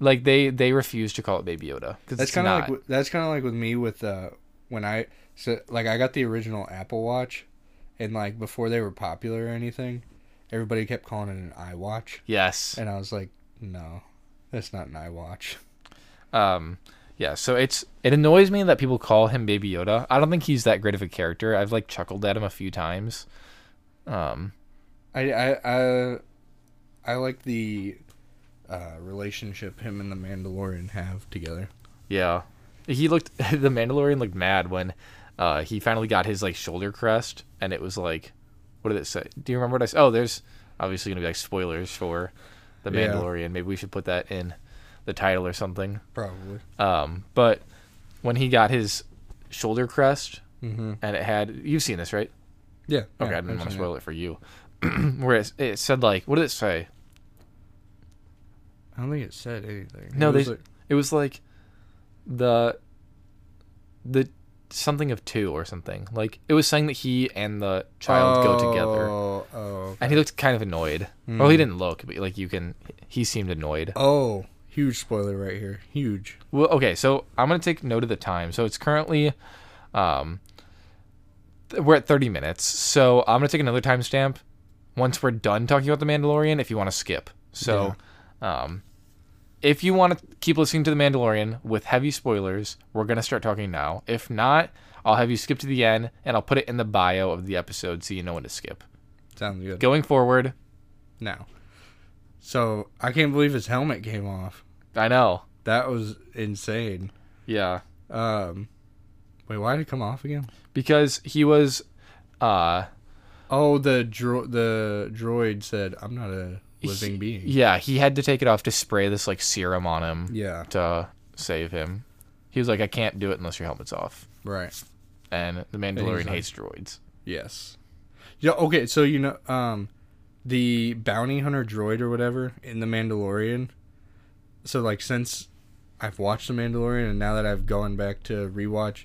Speaker 1: like they they refuse to call it Baby Yoda because
Speaker 2: that's
Speaker 1: it's
Speaker 2: kind
Speaker 1: not.
Speaker 2: of like w- that's kind of like with me with uh when I so like I got the original Apple Watch, and like before they were popular or anything, everybody kept calling it an iWatch,
Speaker 1: yes.
Speaker 2: and I was like, no, that's not an iWatch.
Speaker 1: Um. Yeah. So it's it annoys me that people call him Baby Yoda. I don't think he's that great of a character. I've like chuckled at him a few times. Um.
Speaker 2: I I I, I like the uh, relationship him and the Mandalorian have together.
Speaker 1: Yeah. He looked the Mandalorian looked mad when uh he finally got his like shoulder crest and it was like what did it say? Do you remember what I said? Oh, there's obviously gonna be like spoilers for the
Speaker 2: Yeah.
Speaker 1: Mandalorian. Maybe we should put that in the title or something.
Speaker 2: Probably.
Speaker 1: Um but when he got his shoulder crest
Speaker 2: Mm-hmm.
Speaker 1: and it had you've seen this, right?
Speaker 2: Yeah.
Speaker 1: Okay, I
Speaker 2: yeah,
Speaker 1: didn't
Speaker 2: I've
Speaker 1: want to
Speaker 2: seen
Speaker 1: spoil it for you. Where it, it said like what did it say?
Speaker 2: I don't think it said anything.
Speaker 1: No,
Speaker 2: It was
Speaker 1: they-
Speaker 2: like-
Speaker 1: It was like the the something of two or something. Like it was saying that he and the child go together.
Speaker 2: Oh, oh,
Speaker 1: And he looked kind of annoyed. Well, he
Speaker 2: Mm.
Speaker 1: didn't look, but like you can, he seemed annoyed.
Speaker 2: oh, huge spoiler right here. Huge.
Speaker 1: Well, okay, so I'm gonna take note of the time. So it's currently, um, th- we're at 30 minutes. So I'm gonna take another timestamp once we're done talking about the Mandalorian. If you want to skip, so, um, if you want to keep listening to the Mandalorian with heavy spoilers, we're gonna start talking now. If not, I'll have you skip to the end, and I'll put it in the bio of the episode so you know when to skip.
Speaker 2: Sounds good.
Speaker 1: Going forward,
Speaker 2: Now, so I can't believe his helmet came off.
Speaker 1: I know.
Speaker 2: That was insane.
Speaker 1: Yeah.
Speaker 2: Um, wait, why did it come off again?
Speaker 1: Because he was, uh,
Speaker 2: Oh, the dro- the droid said, "I'm not a living being."
Speaker 1: yeah, he had to take it off to spray this like serum on him.
Speaker 2: Yeah,
Speaker 1: to save him. He was like, I can't do it unless your helmet's off.
Speaker 2: right.
Speaker 1: And the
Speaker 2: he's
Speaker 1: Mandalorian
Speaker 2: like-
Speaker 1: hates droids.
Speaker 2: Yes. Yeah. Okay. So you know, um, the bounty hunter droid or whatever in the Mandalorian. So like, since I've watched the Mandalorian and now that I've gone back to rewatch,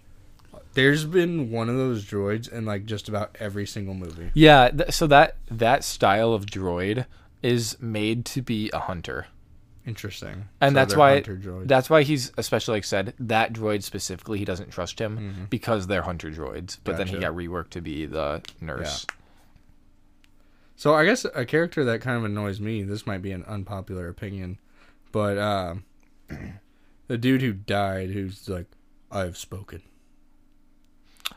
Speaker 2: there's been one of those droids in like just about every single movie.
Speaker 1: Yeah, th- so that that style of droid is made to be a hunter.
Speaker 2: Interesting.
Speaker 1: And
Speaker 2: So
Speaker 1: that's
Speaker 2: they're
Speaker 1: why-
Speaker 2: hunter droids.
Speaker 1: That's why he's especially like said that droid specifically he doesn't trust him because they're hunter droids. But then he
Speaker 2: Gotcha.
Speaker 1: got reworked to be the nurse.
Speaker 2: So I guess a character that kind of annoys me. This might be an unpopular opinion, but um, the dude who died, who's like, I've spoken.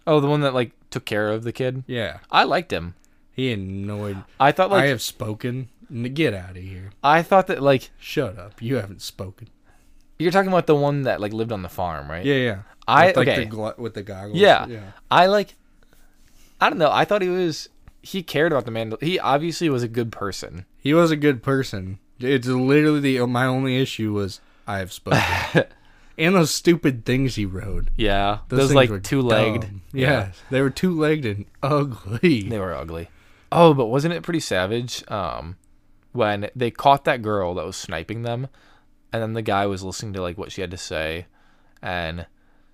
Speaker 1: Oh, the one that like took care of the kid.
Speaker 2: Yeah,
Speaker 1: I liked him.
Speaker 2: he annoyed.
Speaker 1: I thought
Speaker 2: I
Speaker 1: like
Speaker 2: have spoken. N- Get out of here.
Speaker 1: I, thought that like
Speaker 2: Shut up. You haven't spoken.
Speaker 1: you're talking about the one that like lived on the farm, right?
Speaker 2: Yeah, yeah.
Speaker 1: I
Speaker 2: with, like
Speaker 1: okay.
Speaker 2: the glut with the goggles.
Speaker 1: Yeah.
Speaker 2: yeah.
Speaker 1: I like I don't know. I thought he was he cared about the man. He obviously was a good person.
Speaker 2: He was a good person. It's literally the uh, my only issue was I have spoken. and those stupid things he rode.
Speaker 1: Yeah.
Speaker 2: Those,
Speaker 1: Those,
Speaker 2: things were
Speaker 1: like two-legged.
Speaker 2: dumb. Yes, they were two-legged and ugly.
Speaker 1: They were ugly. Oh, but wasn't it pretty savage um when they caught that girl that was sniping them and then the guy was listening to like what she had to say and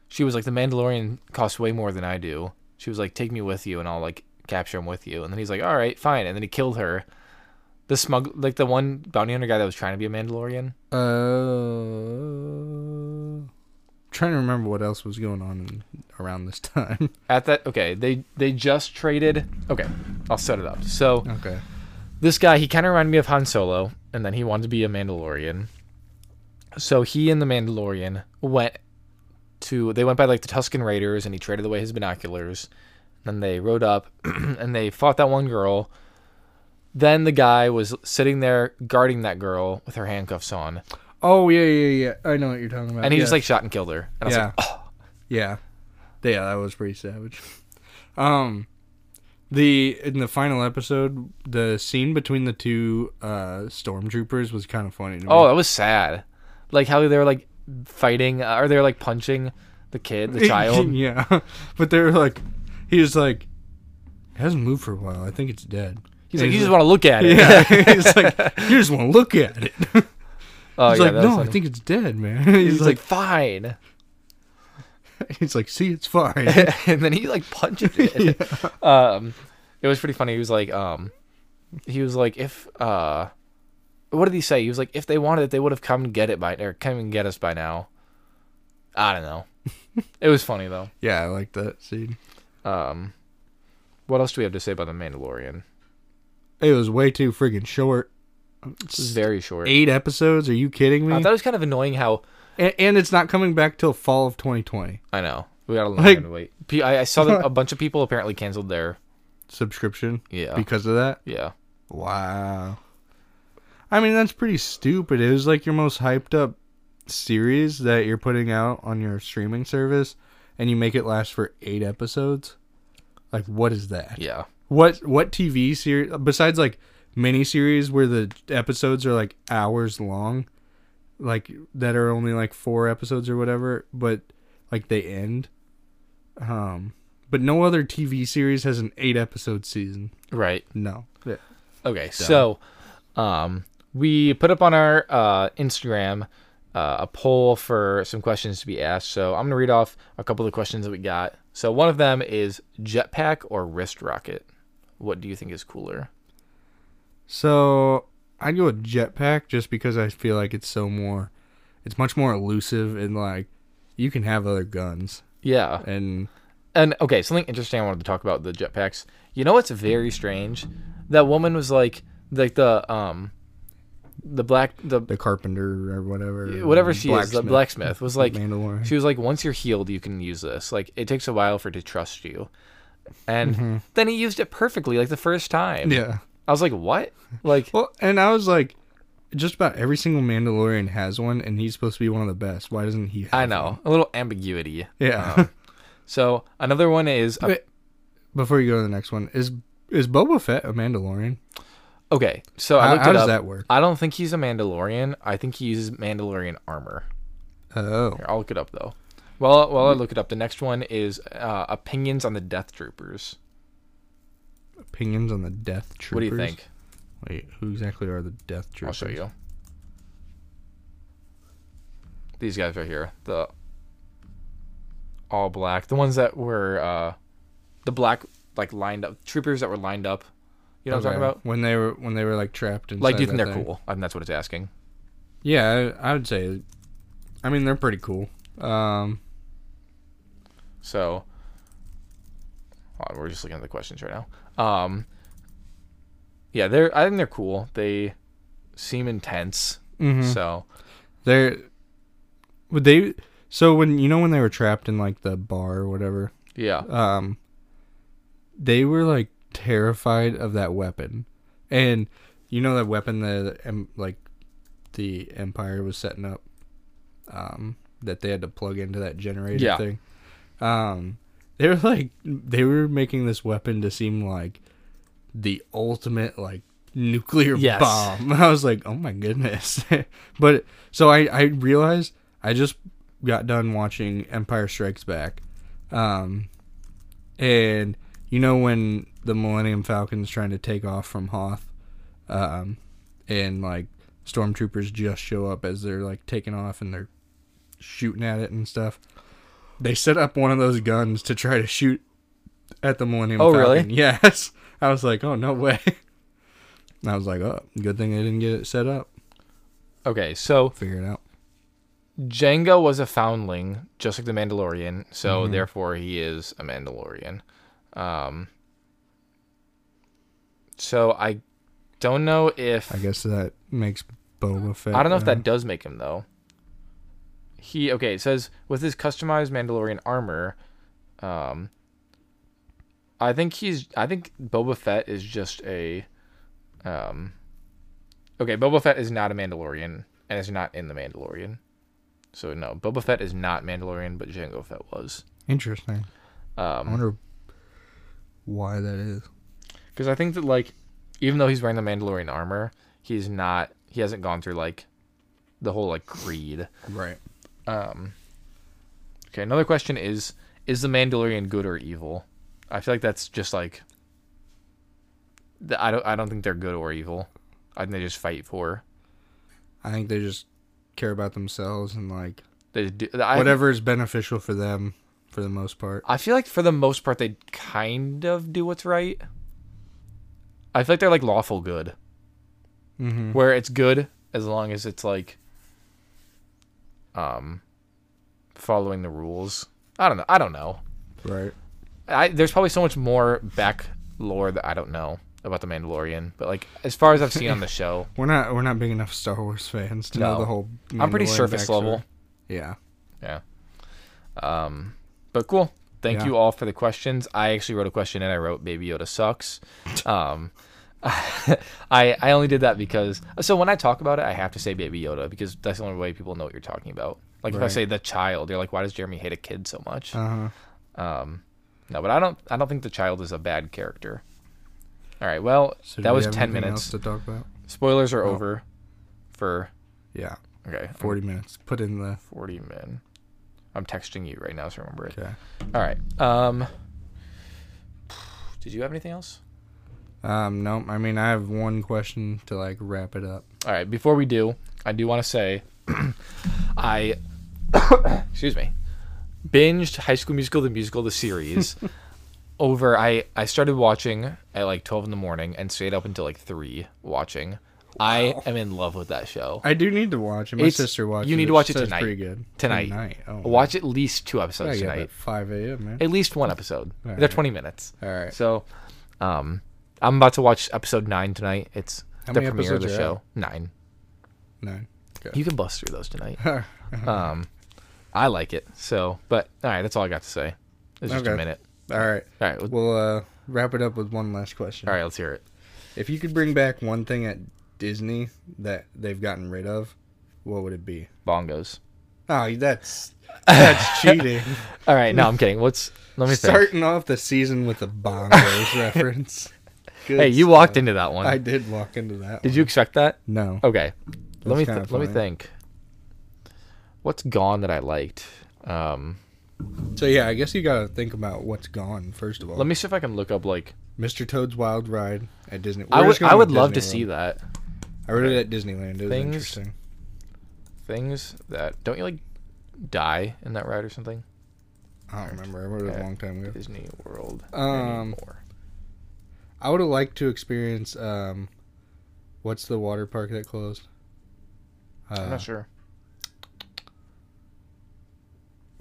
Speaker 1: she was like the Mandalorian costs way more than I do. She was like take me with you and I'll like capture him with you. And then he's like all right, fine. And then he killed her. The smug like the one bounty hunter guy that was trying to be a Mandalorian.
Speaker 2: Uh, trying to remember what else was going on in, around this time.
Speaker 1: At that, okay, they they just traded. Okay, I'll set it up. So
Speaker 2: Okay.
Speaker 1: this guy, he kind of reminded me of Han Solo, and then he wanted to be a Mandalorian. So he and the Mandalorian went to. They went by like the Tuscan Raiders, and he traded away his binoculars. Then they rode up, and they fought that one girl. Then the guy was sitting there guarding that girl with her handcuffs on,
Speaker 2: Oh yeah, yeah, yeah. I know what you're talking about.
Speaker 1: and he
Speaker 2: yeah.
Speaker 1: just like shot and killed her. And I was
Speaker 2: yeah,
Speaker 1: like,
Speaker 2: yeah, yeah. That was pretty savage. Um, the in the final episode, the scene between the two uh stormtroopers was kind of funny. To me.
Speaker 1: oh, that was sad. Like how they were like fighting, uh, or they were like punching the kid, the child.
Speaker 2: yeah, but they were like, he was like, it hasn't moved for a while. I think it's dead.
Speaker 1: He's like,
Speaker 2: And
Speaker 1: you just want to look at it.
Speaker 2: Yeah, it's like you just want to look at it.
Speaker 1: Oh
Speaker 2: he's
Speaker 1: yeah,
Speaker 2: like,
Speaker 1: that was
Speaker 2: no, I
Speaker 1: funny.
Speaker 2: think it's dead, man. he's,
Speaker 1: he's, like,
Speaker 2: like,
Speaker 1: fine,
Speaker 2: he's like, see, it's fine.
Speaker 1: and then he like punches it. Um, it was pretty funny. He was like, um, he was like, if uh, what did he say? He was like, if they wanted it, they would have come and get it by or come and get us by now. I don't know. it was funny though.
Speaker 2: yeah, I like that scene.
Speaker 1: Um, what else do we have to say about the Mandalorian?
Speaker 2: It was way too friggin' short.
Speaker 1: This is very short.
Speaker 2: Eight episodes? Are you kidding me?
Speaker 1: I thought it was kind of annoying how
Speaker 2: and, and it's not coming back till fall of 2020.
Speaker 1: I know we got a long
Speaker 2: Like-
Speaker 1: time to wait. P- I, I saw that a bunch of people apparently canceled their
Speaker 2: Subscription
Speaker 1: yeah
Speaker 2: because of that.
Speaker 1: yeah.
Speaker 2: Wow. I mean, that's pretty stupid. It was like your most hyped up series that you're putting out on your streaming service, and you make it last for eight episodes. Like, what is that?
Speaker 1: Yeah.
Speaker 2: What what TV series besides like miniseries where the episodes are like hours long, like that are only like four episodes or whatever, but like they end. Um, but no other TV series has an eight episode season.
Speaker 1: Right.
Speaker 2: No. Yeah.
Speaker 1: Okay. So, um, we put up on our uh, Instagram uh, a poll for some questions to be asked. So I'm gonna read off a couple of the questions that we got. So one of them is jetpack or wrist rocket. What do you think is cooler?
Speaker 2: So I'd go with jetpack just because I feel like it's so more, it's much more elusive and like you can have other guns
Speaker 1: Yeah.
Speaker 2: and
Speaker 1: And okay, something interesting I wanted to talk about the jetpacks. You know what's very strange? That woman was like, like the um, the black the
Speaker 2: the carpenter or whatever,
Speaker 1: whatever she is, the
Speaker 2: blacksmith,
Speaker 1: blacksmith was like,
Speaker 2: Mandalorian.
Speaker 1: she was like, once you're healed, you can use this. Like it takes a while for it to trust you. And then he used it perfectly, like the first time.
Speaker 2: Mm-hmm. yeah.
Speaker 1: I was like, what? Like
Speaker 2: Well, and I was like, just about every single Mandalorian has one, and he's supposed to be one of the best. Why doesn't he? Have
Speaker 1: I
Speaker 2: one?
Speaker 1: know a little ambiguity.
Speaker 2: Yeah.
Speaker 1: So another one is
Speaker 2: Wait. Before you go to the next one, is is Boba Fett a Mandalorian?
Speaker 1: uh, okay. So I
Speaker 2: How,
Speaker 1: looked
Speaker 2: how
Speaker 1: it
Speaker 2: does
Speaker 1: up.
Speaker 2: that work?
Speaker 1: I don't think he's a Mandalorian. I think he uses Mandalorian armor.
Speaker 2: Oh,
Speaker 1: Here, I'll look it up though. Well, while I look it up, the next one is uh, opinions on the Death Troopers.
Speaker 2: opinions on the Death Troopers.
Speaker 1: What do you think?
Speaker 2: Wait, who exactly are the Death
Speaker 1: I'll
Speaker 2: Troopers?
Speaker 1: show you. These guys right here, the all black, the ones that were uh, the black like lined up troopers that were lined up. You know what I'm
Speaker 2: Okay.
Speaker 1: talking about?
Speaker 2: When they were when they were like trapped inside.
Speaker 1: Like, do you think
Speaker 2: that
Speaker 1: they're
Speaker 2: thing.
Speaker 1: cool? I mean, that's what it's asking.
Speaker 2: Yeah, I, I would say. I mean, they're pretty cool. Um,
Speaker 1: So, hold on, we're just looking at the questions right now. Um, yeah, they're. I think they're cool. They seem intense.
Speaker 2: mhm.
Speaker 1: So
Speaker 2: they're would they. So when you know when they were trapped in like the bar or whatever,
Speaker 1: yeah,
Speaker 2: um, they were like terrified of that weapon, and you know that weapon that um, like the Empire was setting up, um, that they had to plug into that generator
Speaker 1: Yeah.
Speaker 2: thing. Um, they were like they were making this weapon to seem like the ultimate like nuclear
Speaker 1: Yes.
Speaker 2: bomb. I was like, oh my goodness, but so I I realized I just got done watching Empire Strikes Back. Um, and you know when the Millennium Falcon's trying to take off from Hoth, um, and like stormtroopers just show up as they're like taking off and they're shooting at it and stuff. They set up one of those guns to try to shoot at the Millennium
Speaker 1: Oh,
Speaker 2: Falcon.
Speaker 1: really?
Speaker 2: Yes. I was like, oh no way. And I was like, oh, good thing they didn't get it set up.
Speaker 1: okay. So
Speaker 2: Figure it out.
Speaker 1: Jango was a foundling, just like the Mandalorian, so therefore he is a Mandalorian. Um, so I don't know if
Speaker 2: I guess that makes Boba Fett.
Speaker 1: I don't know if
Speaker 2: uh,
Speaker 1: that does make him though. He okay, it says with his customized Mandalorian armor, um I think he's I think Boba Fett is just a um Okay, Boba Fett is not a Mandalorian and is not in the Mandalorian. So no, Boba Fett is not Mandalorian, but Jango Fett was.
Speaker 2: Interesting. I
Speaker 1: Um
Speaker 2: wonder why that is.
Speaker 1: Because I think that like, even though he's wearing the Mandalorian armor, he's not. He hasn't gone through like, the whole like creed.
Speaker 2: Right.
Speaker 1: Um. Okay. Another question is: Is the Mandalorian good or evil? I feel like that's just like. th- I don't. I don't think they're good or evil. I think they just fight for.
Speaker 2: I think they just care about themselves and like
Speaker 1: They do, I,
Speaker 2: whatever is beneficial for them for the most part.
Speaker 1: I feel like for the most part they kind of do what's right. I feel like they're like lawful good,
Speaker 2: Mm-hmm.
Speaker 1: where it's good as long as it's like, um, following the rules. I don't know. I don't know.
Speaker 2: Right.
Speaker 1: I there's probably so much more back lore that I don't know about the Mandalorian, but like as far as I've seen on the show,
Speaker 2: We're not we're not big enough Star Wars fans to
Speaker 1: No.
Speaker 2: know the whole.
Speaker 1: I'm pretty
Speaker 2: Mandalorian
Speaker 1: surface
Speaker 2: backstory.
Speaker 1: level.
Speaker 2: Yeah.
Speaker 1: Um, but cool. Thank
Speaker 2: Yeah.
Speaker 1: you all for the questions. I actually wrote a question and I wrote Baby Yoda sucks. Um, I I only did that because so when I talk about it, I have to say Baby Yoda because that's the only way people know what you're talking about. Like if I
Speaker 2: Right.
Speaker 1: say the child, you're like, why does Jeremy hate a kid so much?
Speaker 2: Uh huh.
Speaker 1: Um, no, but I don't I don't think the child is a bad character. All right, well
Speaker 2: So do
Speaker 1: that
Speaker 2: we
Speaker 1: was
Speaker 2: have
Speaker 1: ten
Speaker 2: anything
Speaker 1: minutes.
Speaker 2: Else to talk about.
Speaker 1: Spoilers are
Speaker 2: Oh.
Speaker 1: over. For
Speaker 2: Yeah.
Speaker 1: okay, forty
Speaker 2: Forty minutes. Put in the.
Speaker 1: forty men. I'm texting you right now, so remember it.
Speaker 2: Okay.
Speaker 1: All right. Um, did you have anything else?
Speaker 2: Um. No. I mean, I have one question to like wrap it up.
Speaker 1: All right. Before we do, I do want to say, I excuse me, binged High School Musical: The Musical: The Series. over I I started watching at like twelve in the morning and stayed up until like three watching. I am in love with that show.
Speaker 2: I do need to watch it. My
Speaker 1: It's-
Speaker 2: sister watched.
Speaker 1: you need
Speaker 2: it.
Speaker 1: to watch
Speaker 2: She
Speaker 1: it
Speaker 2: says it's
Speaker 1: tonight.
Speaker 2: Pretty good.
Speaker 1: Tonight.
Speaker 2: Oh.
Speaker 1: Watch at least two
Speaker 2: I
Speaker 1: episodes
Speaker 2: get up
Speaker 1: tonight.
Speaker 2: at five a.m. Man.
Speaker 1: At least one episode.
Speaker 2: All
Speaker 1: They're
Speaker 2: right.
Speaker 1: twenty minutes.
Speaker 2: All right.
Speaker 1: So, um, I'm about to watch episode nine tonight. It's
Speaker 2: How
Speaker 1: the
Speaker 2: many
Speaker 1: premiere of the
Speaker 2: episodes are
Speaker 1: show. Nine.
Speaker 2: Nine.
Speaker 1: You can bust through those tonight.
Speaker 2: okay.
Speaker 1: Um, I like it. So, but all right, that's all I got to say. It's just a
Speaker 2: Okay.
Speaker 1: minute.
Speaker 2: All right.
Speaker 1: All right, well,
Speaker 2: We'll uh, wrap it up with one last question.
Speaker 1: all right, let's hear it.
Speaker 2: If you could bring back one thing at Disney that they've gotten rid of, what would it be?
Speaker 1: Bongos.
Speaker 2: Oh, that's that's cheating.
Speaker 1: All right, no, I'm kidding. What's let me think.
Speaker 2: Starting off the season with a bongos reference. Good
Speaker 1: Hey, you walked
Speaker 2: stuff.
Speaker 1: into that one.
Speaker 2: uh, I did walk into that.
Speaker 1: Did Oh. you expect that?
Speaker 2: one. No.
Speaker 1: Okay, let
Speaker 2: That's
Speaker 1: me
Speaker 2: kinda
Speaker 1: th- let me
Speaker 2: funny.
Speaker 1: think. What's gone that I liked? Um,
Speaker 2: So yeah, I guess you gotta think about what's gone first of all.
Speaker 1: let me see if I can look up like
Speaker 2: Mr. Toad's Wild Ride at Disney.
Speaker 1: I would I would love to see that.
Speaker 2: I read it at Disneyland. It was
Speaker 1: Things-
Speaker 2: interesting.
Speaker 1: Things that don't you like die in that ride or something?
Speaker 2: I don't remember. I read it
Speaker 1: Okay.
Speaker 2: a long time ago.
Speaker 1: Disney World
Speaker 2: Um,
Speaker 1: anymore.
Speaker 2: I would have liked to experience um, what's the water park that closed?
Speaker 1: I'm
Speaker 2: Uh,
Speaker 1: not sure.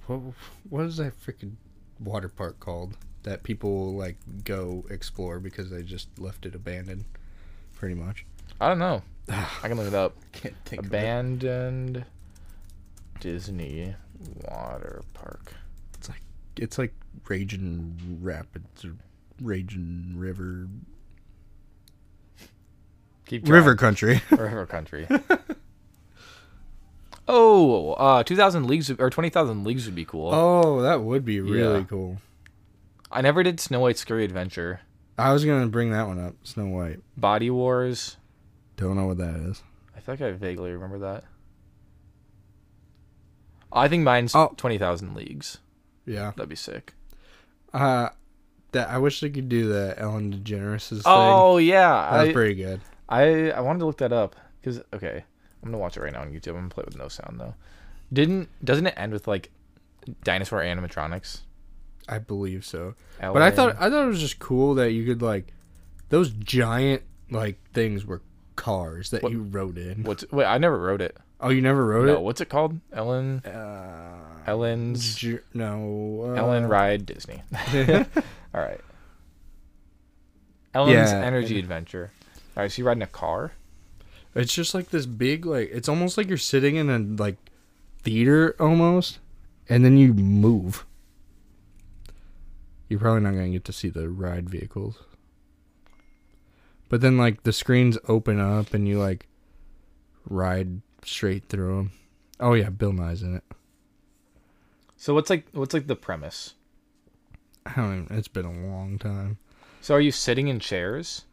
Speaker 2: what, what is that freaking water park called that people like go explore because they just left it abandoned, pretty much.
Speaker 1: I don't know. I can look it up.
Speaker 2: Can't think
Speaker 1: Abandoned Disney water park.
Speaker 2: of it. It's like Raging Rapids or Raging River
Speaker 1: Keep track.
Speaker 2: River Country.
Speaker 1: River Country. oh, uh, two thousand leagues or twenty thousand leagues would be cool.
Speaker 2: oh, that would be really
Speaker 1: Yeah.
Speaker 2: cool.
Speaker 1: I never did Snow White Scurry Adventure,
Speaker 2: I was gonna bring that one up. Snow White.
Speaker 1: Body Wars.
Speaker 2: Don't know what that is.
Speaker 1: I feel like I vaguely remember that. I think mine's
Speaker 2: Oh.
Speaker 1: twenty thousand leagues.
Speaker 2: Yeah.
Speaker 1: That'd be sick.
Speaker 2: Uh, that I wish they could do the Ellen DeGeneres' thing.
Speaker 1: Oh yeah,
Speaker 2: that was
Speaker 1: I,
Speaker 2: pretty good.
Speaker 1: I I wanted to look that up because okay, I'm gonna watch it right now on YouTube. I'm gonna play it with no sound though. Didn't doesn't it end with like dinosaur animatronics?
Speaker 2: I believe so. But
Speaker 1: Oh,
Speaker 2: I thought I thought it was just cool that you could like those giant like things were cars that
Speaker 1: What-
Speaker 2: you rode in.
Speaker 1: what's wait I never wrote it.
Speaker 2: Oh, you never rode
Speaker 1: No, what's it called? Ellen
Speaker 2: it? Uh,
Speaker 1: Ellen's
Speaker 2: Ju- no. Uh,
Speaker 1: Ellen Ride Disney. All right. Ellen's
Speaker 2: Yeah,
Speaker 1: Energy Adventure. All right, so you riding a car?
Speaker 2: it's just like this big like it's almost like you're sitting in a like theater almost, and then you move. You're probably not gonna get to see the ride vehicles. But then like the screens open up and you like ride straight through them. Oh yeah, Bill Nye's in it.
Speaker 1: So what's like what's like the premise?
Speaker 2: I don't even, it's been a long time.
Speaker 1: So are you sitting in chairs?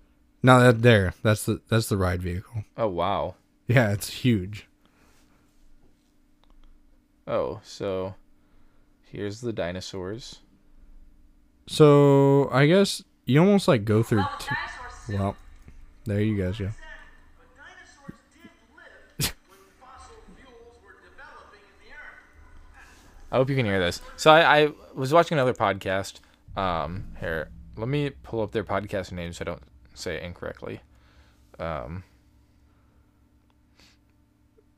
Speaker 2: No, that there. That's the that's the ride vehicle.
Speaker 1: Oh wow.
Speaker 2: Yeah, it's huge.
Speaker 1: Oh, so here's the dinosaurs.
Speaker 2: So I guess you almost like go through.
Speaker 3: Well,
Speaker 2: T-
Speaker 3: dinosaurs soon
Speaker 2: well, there you guys go.
Speaker 3: said, but dinosaurs did live when fossil fuels
Speaker 1: I hope you can hear this. So I, I was watching another podcast. Um, here, let me pull up their podcast name so I don't say it incorrectly. Um,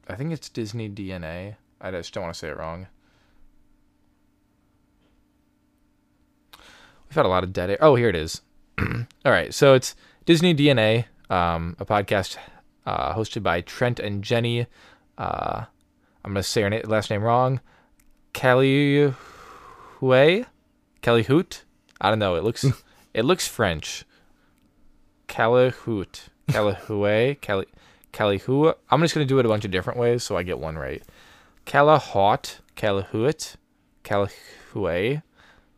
Speaker 1: I think it's Disney DNA. I just don't want to say it wrong. We've had a lot of dead air. Oh, here it is. All right, so it's Disney DNA, um, a podcast uh, hosted by Trent and Jenny. Uh, I'm gonna say her na- last name wrong. Kelly Hue, Kelly Hoot. I don't know. It looks it looks French. Kelly Hoot, Kelly Hue, Kelly Kelly Hue. I'm just gonna do it a bunch of different ways so I get one right. Kelly Hot, Kelly Hoot, Kelly Hue.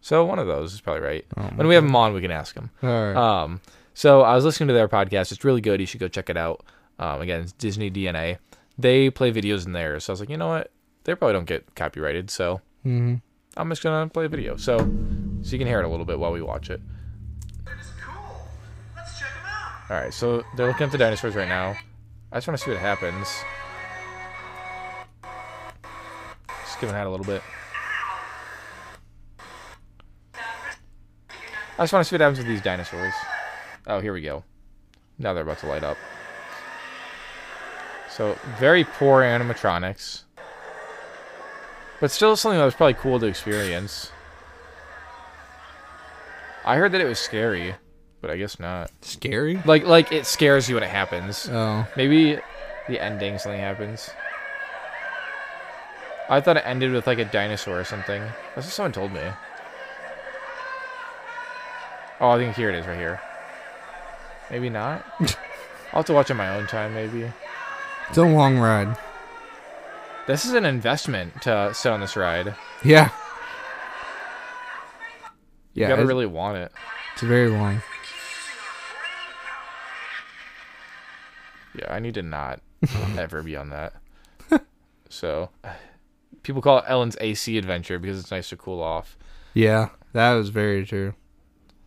Speaker 1: So one of those is probably right.
Speaker 2: Oh,
Speaker 1: when we have him on, we can ask him.
Speaker 2: All right.
Speaker 1: Um, so I was listening to their podcast. It's really good. You should go check it out. Um, again, it's Disney DNA. They play videos in there. So I was like, you know what? They probably don't get copyrighted. So
Speaker 2: mm-hmm.
Speaker 1: I'm just gonna play a video. So so you can hear it a little bit while we watch it.
Speaker 3: Cool. Let's check 'em out.
Speaker 1: All right. So they're looking at the dinosaurs right now. I just want to see what happens. Skipping that a little bit. I just want to see what happens with these dinosaurs. Oh, here we go. Now they're about to light up. So, very poor animatronics. But still something that was probably cool to experience. I heard that it was scary, but I guess not.
Speaker 2: Scary.
Speaker 1: Like like it scares you when it happens.
Speaker 2: Oh,
Speaker 1: Maybe the ending something happens. I thought it ended with like a dinosaur or something. That's what someone told me. Oh, I think here it is right here. Maybe not. I'll have to watch it my own time maybe.
Speaker 2: it's a long ride.
Speaker 1: This is an investment to sit on this ride.
Speaker 2: Yeah.
Speaker 1: You
Speaker 2: Yeah,
Speaker 1: gotta
Speaker 2: it's,
Speaker 1: really want it.
Speaker 2: it's very long.
Speaker 1: Yeah, I need to not ever be on that. So people call it Ellen's AC adventure because it's nice to cool off.
Speaker 2: Yeah, that was very true.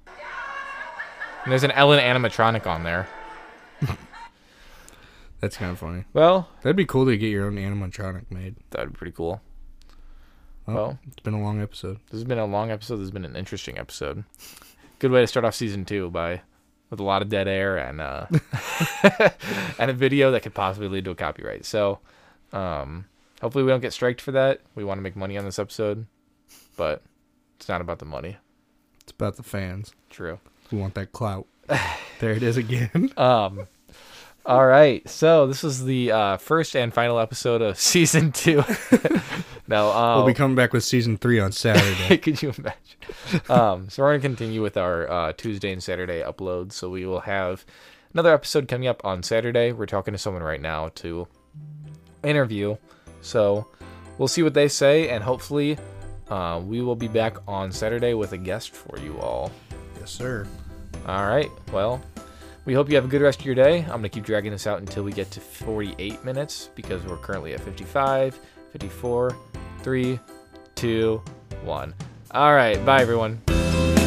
Speaker 1: And there's an Ellen animatronic on there.
Speaker 2: That's kind of funny.
Speaker 1: Well,
Speaker 2: That'd be cool to get your own animatronic made.
Speaker 1: that'd be pretty cool.
Speaker 2: Oh.
Speaker 1: Well,
Speaker 2: It's been a long episode.
Speaker 1: this has been a long episode. This has been an interesting episode. Good way to start off season two by with a lot of dead air and uh, and a video that could possibly lead to a copyright. So, um, hopefully we don't get striked for that. We want to make money on this episode, but it's not about the money.
Speaker 2: It's about the fans
Speaker 1: True.
Speaker 2: who want that clout. there it is again.
Speaker 1: Um, all right. So this is the uh, first and final episode of season two. no, um,
Speaker 2: We'll be coming back with season three on Saturday.
Speaker 1: Could you imagine? Um, so we're going to continue with our uh, Tuesday and Saturday uploads. So we will have another episode coming up on Saturday. We're talking to someone right now to interview. So we'll see what they say, and hopefully uh, we will be back on Saturday with a guest for you all.
Speaker 2: yes, sir.
Speaker 1: All right. Well, we hope you have a good rest of your day. I'm going to keep dragging this out until we get to 48 minutes because we're currently at 55, 54, 3, 2, 1. All right. Bye, everyone.